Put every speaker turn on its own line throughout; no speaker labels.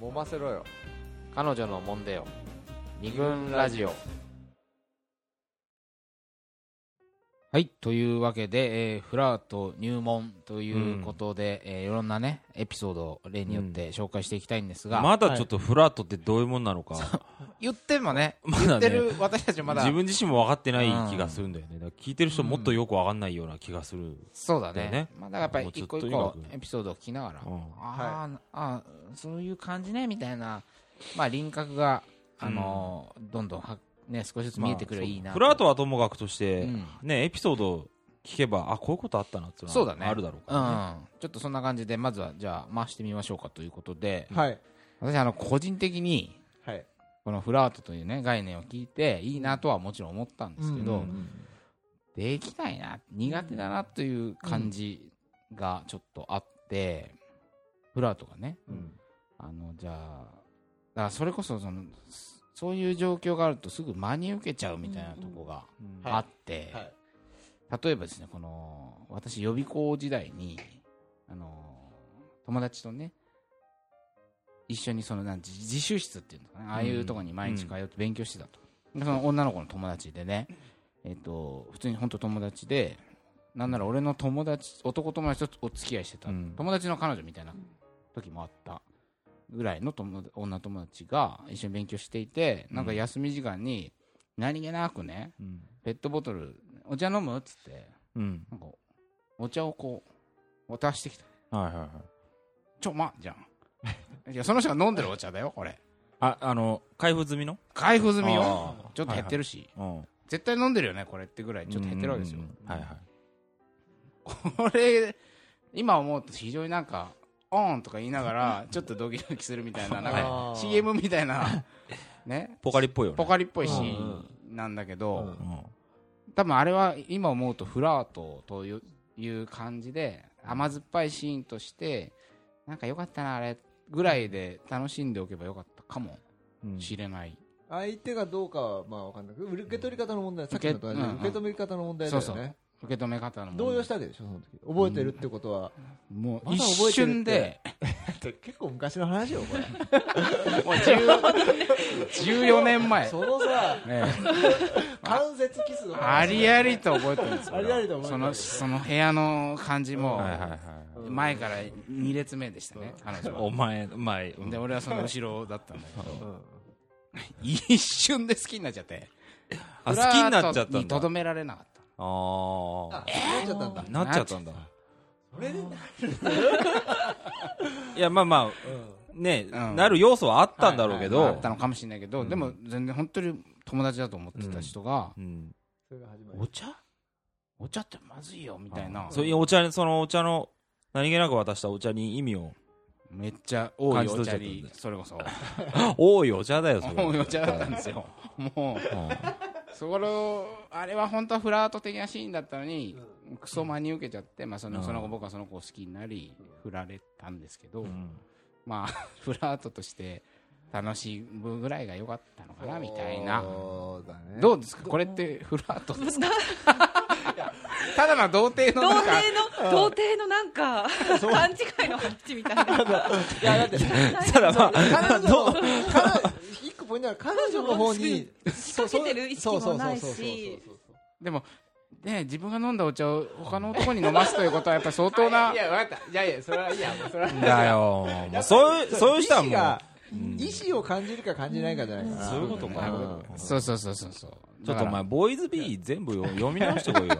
揉ませろよ
彼女のもんでよ二軍ラジオはいというわけで、えーフラート入門ということで、えーいろんなねエピソードを例によって紹介していきたいんですが、
まだちょっとフラットってどういうもんなのか、
言ってもね
ま
言
だ
って
ね
る私たちまだ
自分自身も分かってない気がするんだよね。だから聞いてる人もっとよく分かんないような気がする。
そうだね
だよね
まあ、だからやっぱり一個一
も
個
うちょっと今
エピソードを聞きながら、
うん
あーあーそういう感じねみたいな、まあ、輪郭が、あのーどんどんは、ね、少しずつ見えてくればいいな
フラートはともかくとして、
うん
ね、エピソードを聞けば、あ、こういうことあったなってい
そう
の
だね
はあるだろう
う
からね。
ん、ちょっとそんな感じでまずはじゃあ回してみましょうかということで、
はい
私あの個人的に
はい
このフラートというね概念を聞いていいなとはもちろん思ったんですけ
う
ど、
ん
できないな苦手だなという感じがちょっとあって、フラートがね
うん
あのじゃあだからそれこそそのそそういう状況があるとすぐ真に受けちゃうみたいなとこが
うん
あって、
はい
例えばですねこの私予備校時代にあの友達とね一緒にそのなん自自習室っていうのかなああいうところに毎日通って勉強してたと、でその女の子の友達でねえっ、と普通に本当友達でなんなら俺の友達男友達とお付き合いしてた、
うん
友達の彼女みたいな時もあったぐらいの友達女友達が一緒に勉強していてなんか休み時間に何気なくね
うん
ペットボトルお茶飲むっつって
うん。
なんかお茶をこう渡してきた
はいはいはい。
ちょまじゃん いやその人が飲んでるお茶だよこれ
あ、あの、開封済みの
開封済みよ
あー
ちょっと減ってるし、
うん。
絶対飲んでるよねこれってぐらいちょっと減ってるわけですよ
うんうんうんはいはい。
これ今思うと非常になんかオンとか言いながらちょっとドキドキするみたいななんか
あー
CM みたいなね
ポカリっぽいよね。
ポカリっぽいシー
うん
ンなんだけど、
うん
うん
多分あれは今思うとフラートといういう感じで甘酸っぱいシーンとしてなんかよかったなあれぐらいで楽しんでおけばよかったかも
うん
しれない、
相手がどうかはまあわかんないけど受け取り方の問題さっきのと同じで
うん
受け止め方の問題だよね
そうそう受け止め方の問題
動揺したわけでしょその時覚えてるってことは、
もう
まだ
一
覚えてるって
瞬で
結構昔の話よこれ
もう10 14年前、
そのさ
ええ
関節キスの話
ありありと覚えてるんですよ
ありありと覚えてる
そのその部屋の感じも
はいはいはい。
前から2列目でしたね彼女は
お前、前、うん
で俺はその後ろだったんだ けど
うん
一瞬で好きになっちゃって
あ、好きになっちゃ
フラー
っ
ト
た
に
ん
と
だ。
どめられなかっ
あ
あなっちゃったんだ
あ。なっちゃったんだ。
それでない
や、まあまあ、ね、なる要素はあったんだろうけ
たあ
ど
った。のかもしれないけど、でも全然本当に友達だと思ってた人が、
うん。
それが始ま
お
り
茶お茶ってまずいよみたいな
そういうお茶に、そのお茶の、何気なく渡したお茶に意味を。
めっちゃ多い
感じ
お
取っち
茶
ゃったんだ
にそれこそ
多いお茶だよ、それ。
多いお茶だったんですよもう
うん
そこのあれは本当はフラート的なシーンだったのに、クソ真に受けちゃって、まあ、その
うん
その後僕はその子を好きになり振られたんですけど、
うん
まあ フラートとして楽しむぐらいが良かったのかなみたいな。
そうだね
どうですかこれってフラートですか ただの童貞の
童
なんか
貞の童貞のなんか勘違いの話みたいな。
いやだって
ただまあ、
彼女の彼一個ポイントは彼女の方に
仕掛けてる意識もない
そうそうそうそう
し
そうそう
でも、ね、自分が飲んだお茶を他の男に飲ますということはやっぱり相当な
や分かったいやいやそれはいいやもうそれは
だよ。もうそういう、そういう人はも
意思が
う、うん
意思を感じるか感じないかじゃないかな
そういうことか
うん
そうそうそうそうそう
ちょっとお前、ボーイズビー全部よ読み直してこい よ。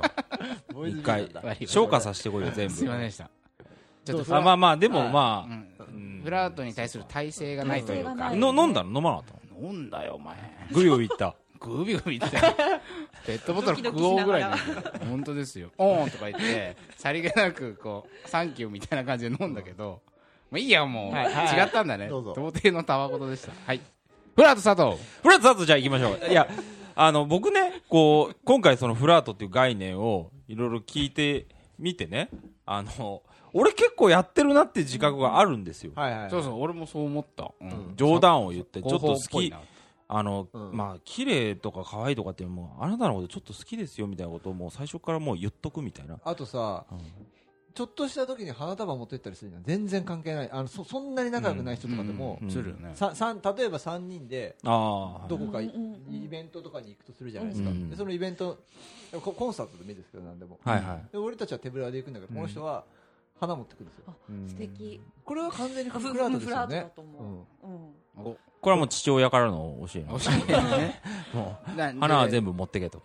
ボーイズビー
一回
ルだ。
消化させてこいよ、全部。
すいませんでしたちょっとフ
あ
ラ,、
まあまあ、でもま
う
あ、
んフラートに対する耐性がないという
耐性が
か
ない
の飲んだの飲まなかったの
飲んだよお前
グリを言った。
グビグビ言ってたよペットボトル食おうぐらいなんだよ本当ですよオーンとか言ってさりげなくこうサンキューみたいな感じで飲んだけどもういいやもう、
はいはい
違ったんだね
どうぞ
童貞のたわごとでしたはいフラート佐藤
フラートだとじゃあ行きましょう。いや、 あの、僕ね、こう、今回そのフラートっていう概念をいろいろ聞いてみてね、あの、俺結構やってるなって自覚があるんですよ。
はいはい
そうそう俺もそう思った、うん
冗談を言って、ちょっと好
広報ぽい
き
な、
あの、
うん
まあ、綺麗とか可愛いとかってもう、あなたのことちょっと好きですよみたいなことをもう最初からもう言っとくみたいな。
あとさちょっとした時に花束持ってったりするのは全然関係ないあのそそんなに仲良くない人とかでも、
うん
するよね。
ささん例えば3人で
ああ
どこかい
うんうんうん
イベントとかに行くとするじゃないですか、
うん
でそのイベントこコンサートでもいいですけど何でも、
はいはい
で俺たちは手ぶらで行くんだけど、
うん
この人は花持ってくるんですよ
あ素敵
これは完全に
フ
フ
フ
ッ
フ
クラートです
フラ
よ
ートだ
ね
と
うん
思う、うん
お
これはもう父親からの教えな
おしゃれだね。
もう花
花
は全部持ってけと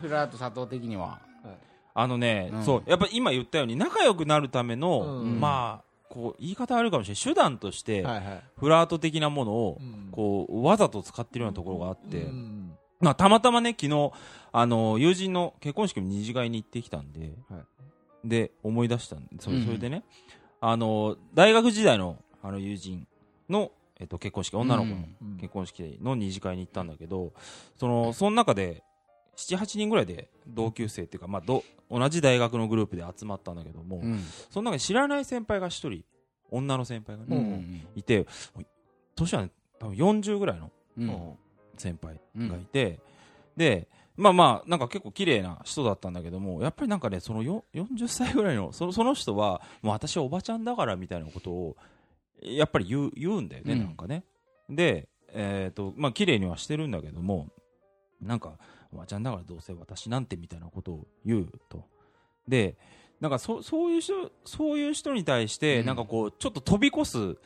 フラート佐藤的には。
あのね、
うん
そうやっぱ今言ったように仲良くなるための、
うん
まあこう言い方あるかもしれない手段として、
はいはい
フラート的なものを、
うん
こうわざと使ってるようなところがあって、
うん
まあ、たまたまね昨日あの友人の結婚式の二次会に行ってきたんで、
はい
で思い出したんでそ,、
うん
それでねあの大学時代のあの友人の、えっと、結婚式女の子の
うん
結婚式の二次会に行ったんだけどそのその中で78人ぐらいで同級生っていうか、まあ、ど同じ大学のグループで集まったんだけども、
うん。
その中に知らない先輩が一人女の先輩がね、
うん。
いて年はね多分40ぐらいの
うん。
先輩
うん
がいて、でまあまあなんか結構綺麗な人だったんだけどもやっぱりなんかねそのよ40歳ぐらいのそのその人はもう私はおばちゃんだからみたいなことをやっぱり言う言うんだよね、
うん
なんかねでえっ、とまあ綺麗にはしてるんだけどもなんかおばちゃんだからどうせ私なんてみたいなことを言うとでなんかそそういう人そういう人に対して、
うん
なんかこうちょっと飛び越すって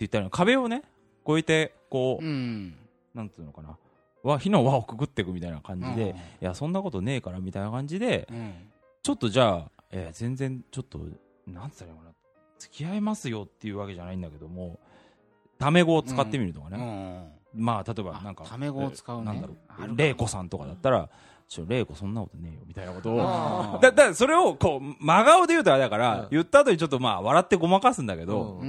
言ったらいいの壁をね越えてこう、
うん。
なんていうのかなわ火の輪をくぐっていくみたいな感じで、
うん
いやそんなことねえからみたいな感じで
うん。
ちょっとじゃあ、えー全然ちょっとなんつったらいいのかな付き合いますよっていうわけじゃないんだけどもタメ語を使ってみるとか
う
ね、
ん。
まあ例えば
あ
なんか
タメ語を使うね
なんだろ
あるか
う玲子さんとかだったら「ちょ玲子そんなことねえよ」みたいなことを。
あ
だだからそれをこう真顔で言うとあれだから、
うん
言った後にちょっとまあ笑ってごまかすんだけど、
うんう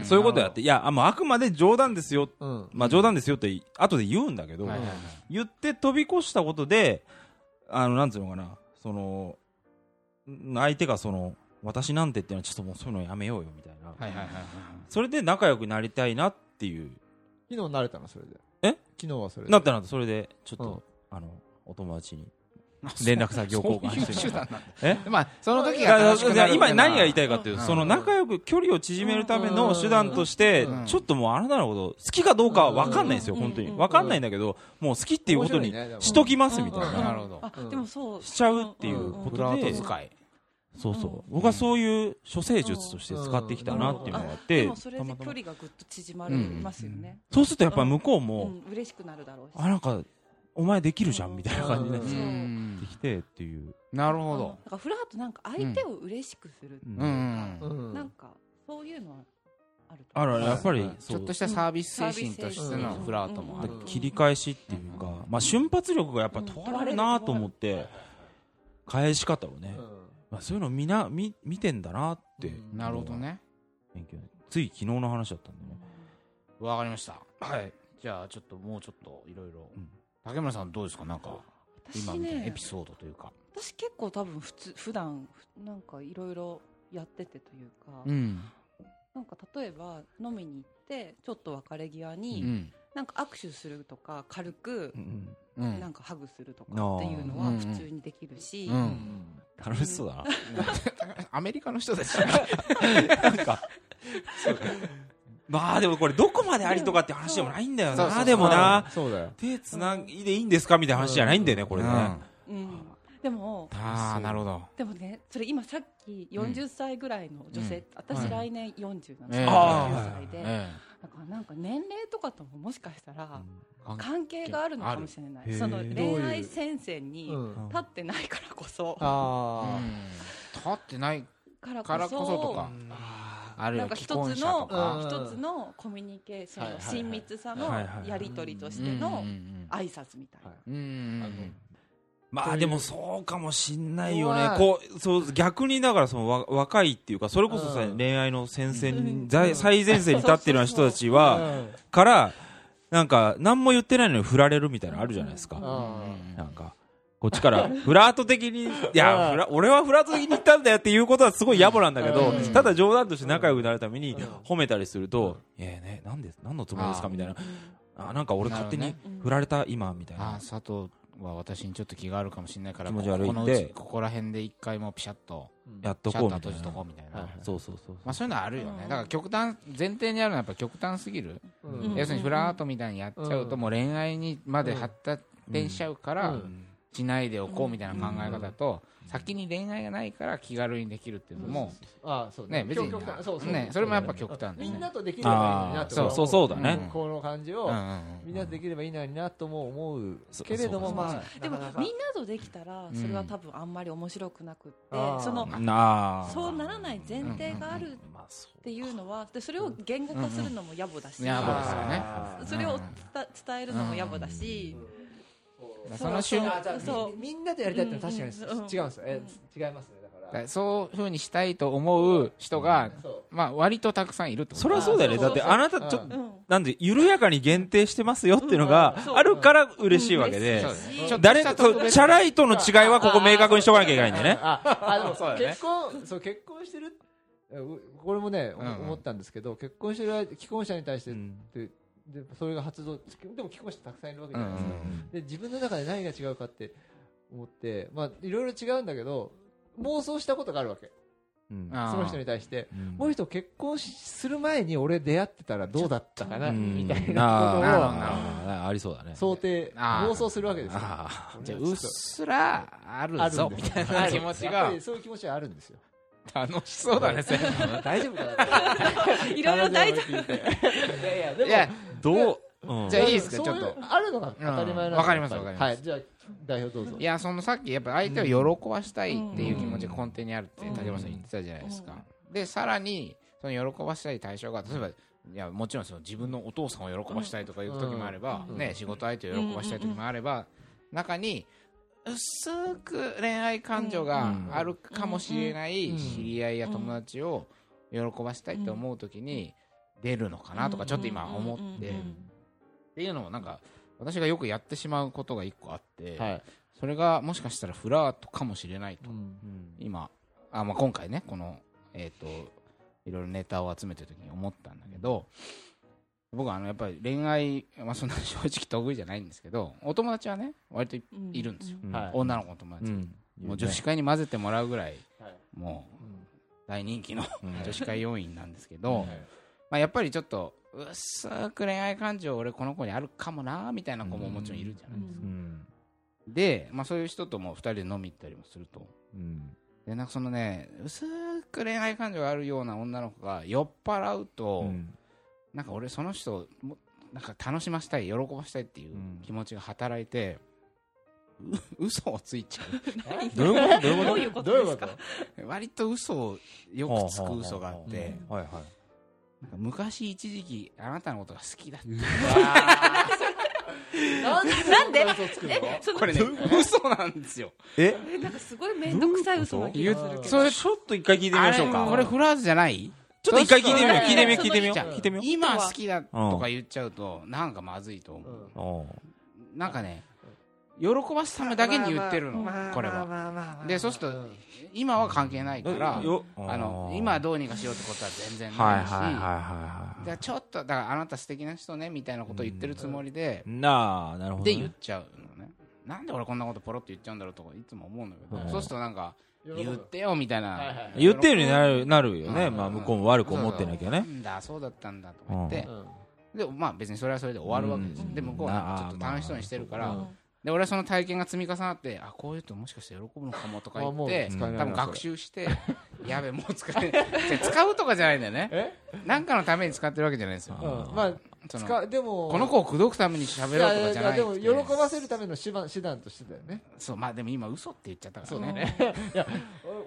ん。
そういうことやっていやあもうあくまで冗談ですよ、
うんうん
まあ、冗談ですよって後で言うんだけど、
はいはいはい
言って飛び越したことであのなんつうのかなそのん相手がその私なんてっていうのはちょっともうそういうのやめようよみたいな、
はいはいはいはい。
それで仲良くなりたいなっていう
昨日慣れたのそれで
え
昨日はそれで
なったなったそれでちょっと、あのお友達に連絡先を交換してみ
そういう手
た
段なんだ
え
まあ、その時
だ
が
から
楽しくな
だから
るみ
今
たいな
何が言いたいかっていううんその仲良く距離を縮めるための手段として
うん
ちょっともうあなたのこと好きかどうかは分かんないですよ
うん
本当に
うん
分かんないんだけどもう好きっていうこと
面
に
白いねでも
しときますみたい
うん
な
うん
なるほど
あでもそう
しちゃうっていうん
んん
こと
フ
で
ラート使い。
そうそ
ん
う、僕はそういう処世術として使ってきたなっていうのがあって、
でもそれで距離がぐっと縮まりますよね、
そうするとやっぱ向こう
う
も、
ん嬉しくなるだろうし
あなんかお前できるじゃんみたいな感じで、
うん
で
ん。
きてっていう、
なるほ
うん
ど
だ。からフラートなんか相手を嬉しくするっていうか、
うんう
うん
なんかそういうのはあると
あらやっぱり
ち
そ
ょ
う
っとしたサービス精神としての
うん
フラートもある
だから
うん
切り返しっていうか、まあ、瞬発力がやっぱり問われるなと思って返し方をね、まあ、そういうのみなみ見てんだなって、
うん
なるほどね。
勉強つい昨日の話だったんでね
わかりました。
はい
じゃあ、ちょっともうちょっといろいろ
うん。
竹村さんどうですかなんか、今
私
みたいなエ
ね
ピソードというか。
私結構多分普通普段ふなんかいろいろやっててというか、
うん。
なんか例えば飲みに行ってちょっと別れ際
う
に、
ん。
なんか握手するとか軽く
う、ん
う。
なんんかハグするとかっていうのは普通にできるし、
うんうん
楽しそうだな
アメリカの人たち。
なんか、まあでもこれどこまでありとかって話でもないんだよ
そうそうそ
な、
う
でもな、
そうだよ
手つないでいいんですかみたいな話じゃないんだよね、これね。
あ
うんでも
あー、なるほど。
でもねそれ今さっき40歳ぐらいの女性、
うん
私来年40なんですけど、
ええ
49歳で、
え
だからなんか年齢とかとももしかしたら、
え。
関係があるのかもしれな
ある
いその
へー
恋愛戦線に
うん
立ってないからこそ
あ
うん立ってない
から
からこそと
こ
か、あるい
なん
は
か
既
一つ
婚者と
う
か
ん
そ一つのコミュニケーションの
はいはいはい
親密さの
はいはいはい
やり取りとし
うんう
て
ん
の挨拶みたいな
はい
うんうんうん
まあでもそうかもしんないよ
う
ね
わ。
こう、そう、逆にだからそのわ若いっていうか、それこそさ
うん
恋愛の戦線
う
に、
ん
在最前線に立ってるような人たちは、から、なんか何も言ってないのに振られるみたいなのあるじゃないですか。なんか、こっちから、フラート的に、いや、フラ俺はフラート的に言ったんだよっていうことはすごい野暮なんだけど
うん、
ただ冗談として仲良くなるために
うん
褒めたりすると、いやね、なんで、何のつもりですかみたいな。あ、なんか俺勝手
な
に
る
ほどね
振られた今、みたい
あー。
な
佐藤は私にちょっと気があるかもしれないから
気持ち悪い
ここの
って
うちここら辺で一回もうピシャッと
うん
やっ
シ
と
ャッ
こう
ター
み
閉
たい
じと
な
こうみたいな、
はいはい
そうそうそう
まあ、そういうのあるよね
う
だ
ん
から極端前提にあるのはやっぱ極端すぎる、
うん
うん
要するにフラートみたいにやっちゃうと
うん
もう恋愛にまで発達しちゃうから、
う
うんん
しないでおこうみたいな考え方と、先に恋愛がないから気軽にできるっていうのも、
ああそう
ね別に
極端そうそう
ねそれもやっぱ極端だね
みんなとできればいいのになと
ああ
そうそうそうだね
んこの感じ
うん
を
うんうん
みんなとできればいいのになとも思う
そ
けれども
そうそう
ま
そう
あ
でも
な
み
か
ん
なか
なとできたらそれは多分あんまり面白くなくって、
あー
その
なあ
そうならない前提がある
まあそ
っていうのはでそれを言語化するのも野暮だし、
うんうん野暮ですよね
ああ
それを伝伝えるのも野暮だし、
うんその瞬間
あじゃあ
そう
みみんなでやりたいってのは確かに
うんう
違うん
んうん
ですよえ違いますねだ
だ
か
かららそういうふうにしたいと思う人が、
そう
まあ、割とたくさんいるってこと
それはそうだよね
あーそ
だっ
うそう
て
そう
あなたちょっ
う
と
ん
うん
なんで緩やかに限定してますよっていうのが
うん
あるから嬉しいわけで
そううだ
だね
ね
うん
ちょっとした
誰と
特別
チャラいとの違いはここ明確にしとかなきゃいけないんだよね
ああでも
そうだよね
結婚そう結婚してるうこれもねお
うんうん
思ったんですけど結婚してる既婚者に対して
うん
ででそれが発動でも既婚者たくさんいるわけじゃないです
う
か
ん
で自分の中で何が違うかって思ってまあいろいろ違うんだけど妄想したことがあるわけ
うん
あー
その人に対して
うん
この人結婚しする前に俺出会ってたらどうだったかな
うん
みたい
あー
な
なるほど
あーありそうだね
ことを想定
あー
妄想するわけですよ
あ
じゃあ
これ
う
は
っ
ちょっと
すらある
ある
ぞ
んで
み
す
たいな気持ち
やっぱ
が
りそういう気持ちはあるんですよ
楽しそうだねそれ
大丈夫かな
いろいろ大事
丈夫いやいやで
い
も
や
どううん
じゃあいいですか
そういう
ちょっと
あるのが当たり前なんで
うんわかります
やっぱ
わかります
はいじゃあ代表どうぞ
いやそのさっきやっぱ相手を喜ばしたいっていう気持ちが根底にあるって竹山さん言ってたじゃないですか、でさらにその喜ばしたい対象が例えばいやもちろんその自分のお父さんを喜ばしたいとかいう時もあれば、
うん
ね、仕事相手を喜ばしたい時もあれば、中に薄く恋愛感情があるかもしれない
うん
知り合いや友達を喜ばしたいって思う時に出るのかなとかちょっと今思って、
うんうんうん
っ、ていうのもなんか私がよくやってしまうことが一個あって、
はい
それがもしかしたらフラートかもしれないと、
うん
今あ、まあ、今回ねこのえっ、といろいろネタを集めてる時に思ったんだけど僕はあのやっぱり恋愛、まあ、そんな正直得意じゃないんですけどお友達はね割といいるんですよ、
うん
はい
女の子の友
う
達、
ん
もう女子会に混ぜてもらうぐらい、
はい
もう
うん
大人気の
うん
女子会要員なんですけど、
はい
まあ、やっぱりちょっと薄く恋愛感情俺この子にあるかもなみたいな子ももちろんいるじゃない、
うん
うん
で、まあ、そういう人とも2人で飲み行ったりもすると
うん
でなんかそのね薄く恋愛感情があるような女の子が酔っ払うと、
うん
なんか俺その人をもなんか楽しませたい喜ばしたいっていう
うん
気持ちが働いて、う 嘘をついちゃ
どういうことどういう
ど
こ
ういうこ
どうい
と
うこと
ですか
う 割と嘘をよくつく嘘があって
とはいはい
なんか昔一時期あなたのことが好きだった
なんで嘘つくの
えその
これね嘘なんです よ
え
えなんかすごい面倒くさい嘘な気がするけど
それ
ちょっと一回聞いてみましょう
あ
か
れこれフラーズじゃない
ちょっと一回聞いてみよう
そう
聞いてみよう
そう
聞いてみ
そう
よう聞いてみよ
今好きだとか言っちゃうとなんかまずいと思う
うん
うおう
なんかね、喜ばすためだけに言ってるの、これは。
は
で、そうすると、今は関係ないから、
よ
あの、今どうにかしようってことは全然
はい
な
はいい
し、
はいはい
だからちょっと、だからあなた素敵な人ね、みたいなことを言ってるつもりで、
なあなるほど
で
ね
言っちゃうのね。なんで俺こんなことポロって言っちゃうんだろうとかいつも思うんだけど、
うん
そうするとなんか、
喜
言っ
ぶ
てよみたい
はいはいは。
ない
言ってるようになるなるよね
うん
まあ向こうも悪く思ってなきゃ
な
ね
んだ、そうだったんだとか言って
う、ん
で、まあ別にそれはそれで終わるわけですよ。
うん
で、向こうはちょっと楽しそうにしてるから、で俺はその体験が積み重なってあこういうともしかして喜ぶのかもとか言
あも
っ
う
て
使
多
えないな
分学習して やべもう使えない違う使うとかじゃないんだよね
え
なんかのために使ってるわけじゃないですよ
うんまあ
その
使うでも
この子を口説くために喋ろうとかじゃない
いやいやでも喜ばせるための手段手段としてだよね
そうまあでも今嘘って言っちゃったからね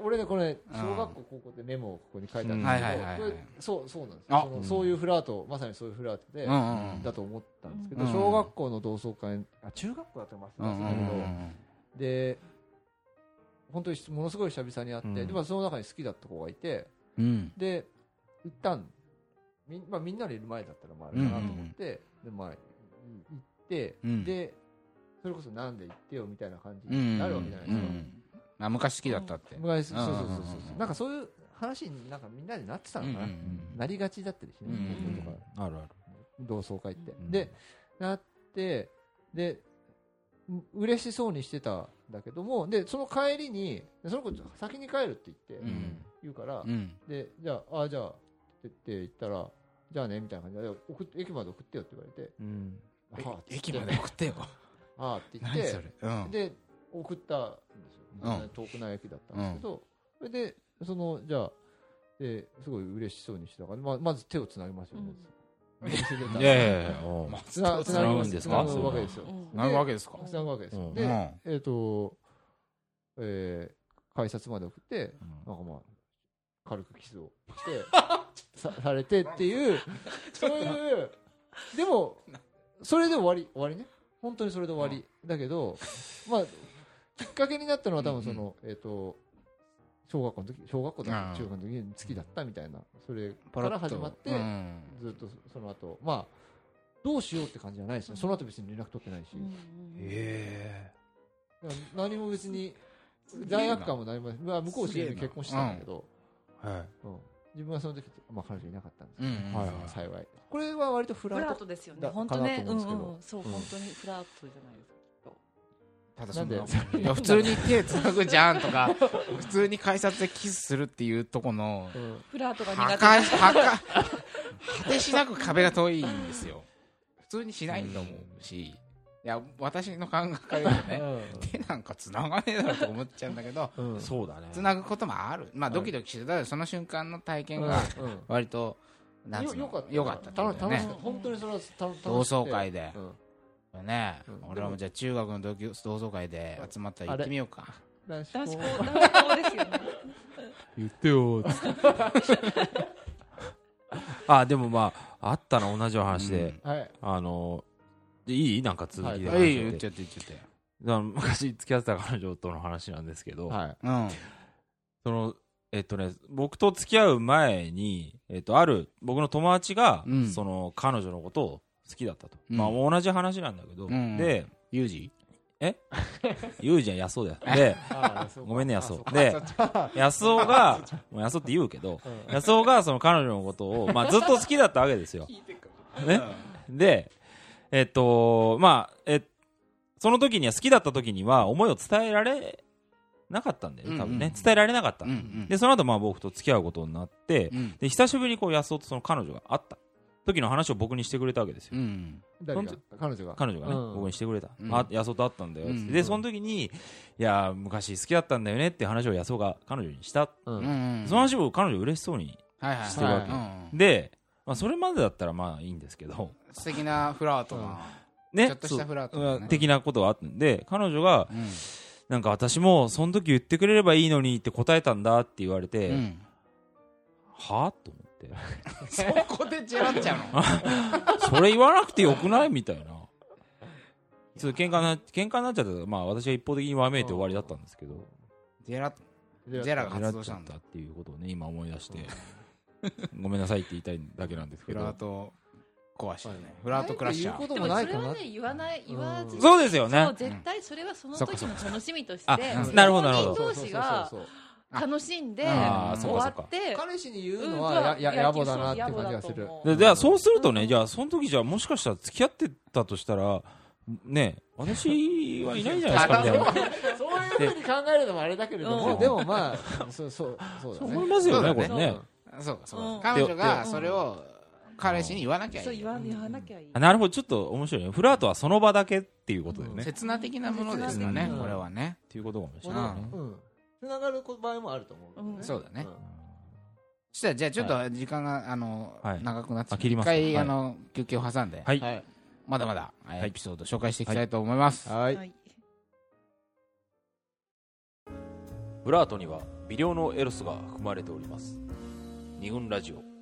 お俺ねこれ小学校高校でメモをここに書いてあるん
うんはいはいはい
で
はい
すけどこれそうそうなんです
あ
よそのそういうフラートまさにそういうフラートで
うんうんうん
だと思ったんですけ
う
ど
ん
小学校の同窓会あ中学校だったか
う
忘れ
んうん
ま
う
したけど
ん
で本当にものすごい久々に会って、
うん
でまあその中に好きだった子がいて
うん
で一旦み,、まあ、みんなでいる前だったらまああれかなと思って、でまあい行って、
うん
でそれこそなんで行ってよみたいな感じ
うんうん
になるわけじゃないですか、
あ昔好きだったって
昔そうそうそうそう,、
うんうんうん
なんかそういう話になんかみんなでなってたのかな、
うんうん
なりがちだったりしね、
うん
高校とか
あるある
同窓会って、
ん
でなってでう嬉しそうにしてたんだけどもでその帰りにでその子先に帰るって言って、
うん
言うから、
うん
でじゃああじゃあって言ったらじゃあねみたいな感じで送って駅まで送ってよって言われて
うん
え
はあって言って
駅まで送ってよ
ああって言っ
何
て
それうん
で送ったんですよ、
うん
遠くない駅だったんですけど、それでそのじゃあですごい嬉しそうにしてたからまあまず手をつなぎますよね、見せてた
いやいやいやおう
まあ
つな
そう
つなぎま
つなぐんですす
つ
か
なぐわけですよ、
うん
なるわけですか
つなぐわけですよ、
うん
で、
うん
えっ、とえー改札まで送ってなんかまあ軽くキスをして さされてっていうそういうでもそれで終わり終わりね本当にそれで終わり、だけどまあきっかけになったのは多分その、えっ、と小学校の時小学校だ
うん
中学の時に好きだったみたいなそれ
パ
か
ラ
ら
ッ
始
と
まって、
うん
ずっとその後まあどうしようって感じじゃないですねその後別に連絡取ってないし、
え
だから何も別に罪悪感も何もないまあ向こう知り合いで結婚してたんだけど、
えはい
うん自分はその時、まあ、彼女いなかったんです
うんうん
はいはい
けど、幸い。これは割とフ
フ
ラ
ラ
ー
ー
ト。
トですよね
だ
本当ね
か
う
なと
ん
思うんですけど
うんそう本当にフラートじ
た
ゃないですか
だ
な
そ
ん
ん
で
なもんいや普通に手つなぐじゃんとか 普通に改札でキスするっていうとこの
うん
フラートが
破
苦
壊
手
破壊果てしなく壁が遠いんですよ普通にしないと思うしいや私の感覚から言うとね手なんかつながねえだろと思っちゃうんだけど
うん。
そうだね
つなぐこともあるまあドキドキしてただその瞬間の体験が
う
割となん
ん
つうの
よかった。
よかったってこ
楽し
と
楽し
ね
かった。本当にそれはた楽しくて
同窓会で
う、ん
ね
うん
俺らもじゃあ中学の同級同窓会で集まったら行ってみようか
男子
男子
校
校男子校ですよね
言ってよ あでもまああったな同じ話で、
うん
はい。
あのでいいなんか続きで話して、
は
はい言っちゃって言っちゃって
あの昔付き合ってた彼女との話なんですけど、
はい。
うん
そのえっとね僕と付き合う前に、えっと、ある僕の友達が、
うん
その彼女のことを好きだったと、
うん
まあ同じ話なんだけど、
うん
で
ユージ
ユージは 安男だよでごめんね安男で安男がもう安男って言うけど
うん
安男がその彼女のことを、まあ、ずっと好きだったわけですよねで、えっと、まあ、え、その時には、好きだった時には、思いを伝えられなかったんだよね、多分
う
ね。
んうんうん
伝えられなかった。
うんうん
で、その後、まあ、僕と付き合うことになって、
うん
で、久しぶりに、こう、安男とその彼女が会った時の話を僕にしてくれたわけですよ。
うん
誰が
本
彼女が。
彼女がね、
うん
僕にしてくれた。
うん
あ、安男と会ったんだよ、つって
うん
で、その時に、いや、昔好きだったんだよねって話を安男が彼女にした。
う。
うんん
その話を彼女嬉しそうに。
はいはい
してるわ
け
うん
で、まあ、それまでだったら、まあ、いいんですけど、
素敵なフラートな
ね。
ちょっとしたフラートだね
そう的なことがあったんで、彼女が、
うん
なんか私もその時言ってくれればいいのにって答えたんだって言われて、
うん
はあと思って
そこでジェラっちゃうの
それ言わなくてよくないみたいなちょっと喧嘩な喧嘩になっちゃったからまあ私は一方的にわめいて終わりだったんですけど
ジェラ
ジ
ジェラ
狙
が発
っちゃっ
動したんだ
たっていうことをね今思い出してごめんなさいって言いたいだけなんです
フ
け
ラー
ど
ト壊しねフラートクラッシャ
言う
ー
こと
で
も
も
な
そ
い
れ
かな
は。ね言わない言わずに
そうですよ
そ
ね
う絶対それはその
そっか
時
そっ
の楽しみとして
あなるほどなるほど
同士が
そうそうそうそう
楽しんで
あ
ーそ
終
っか
わ
そっか
って
彼氏に言うのはやや野暮だなっていう感じがする。
でじゃあそううすると
う
ね
ん
じゃあその時じゃあもしかしたら付き合ってたとしたらね私はいないんじゃないですかみたいな
そういうふうに考えるのもあれだけれど
う
も、
ん
でもまあ、そうそう、そうだ
そう
ね。
思いますよね
そう
こ
だ
れ
ね
ね
そうかそうか
うん
彼女
で
が
で
それを彼氏に言わなきゃ
そう
いい
言わ言わなきゃいい
あなるほどちょっと面白いねフラートはその場だけっていうことだよね、っ
刹那的なものですよね
うん
これはね
ていうことかもし
う
れ
ん
ないね、
うん。つながる場合もあると思うけど
う
ね。
ん
そうだね
ん
そしたらじゃあちょっと時間があの
はい
長くなって
あ切り
一
ますかはい
回あの休憩を挟んで
はい、
はい。
まだまだえー
はい
エピソード紹介していきたいと思います
はい。
はい
ブラートには微量のエロスが含まれております二軍ラジオ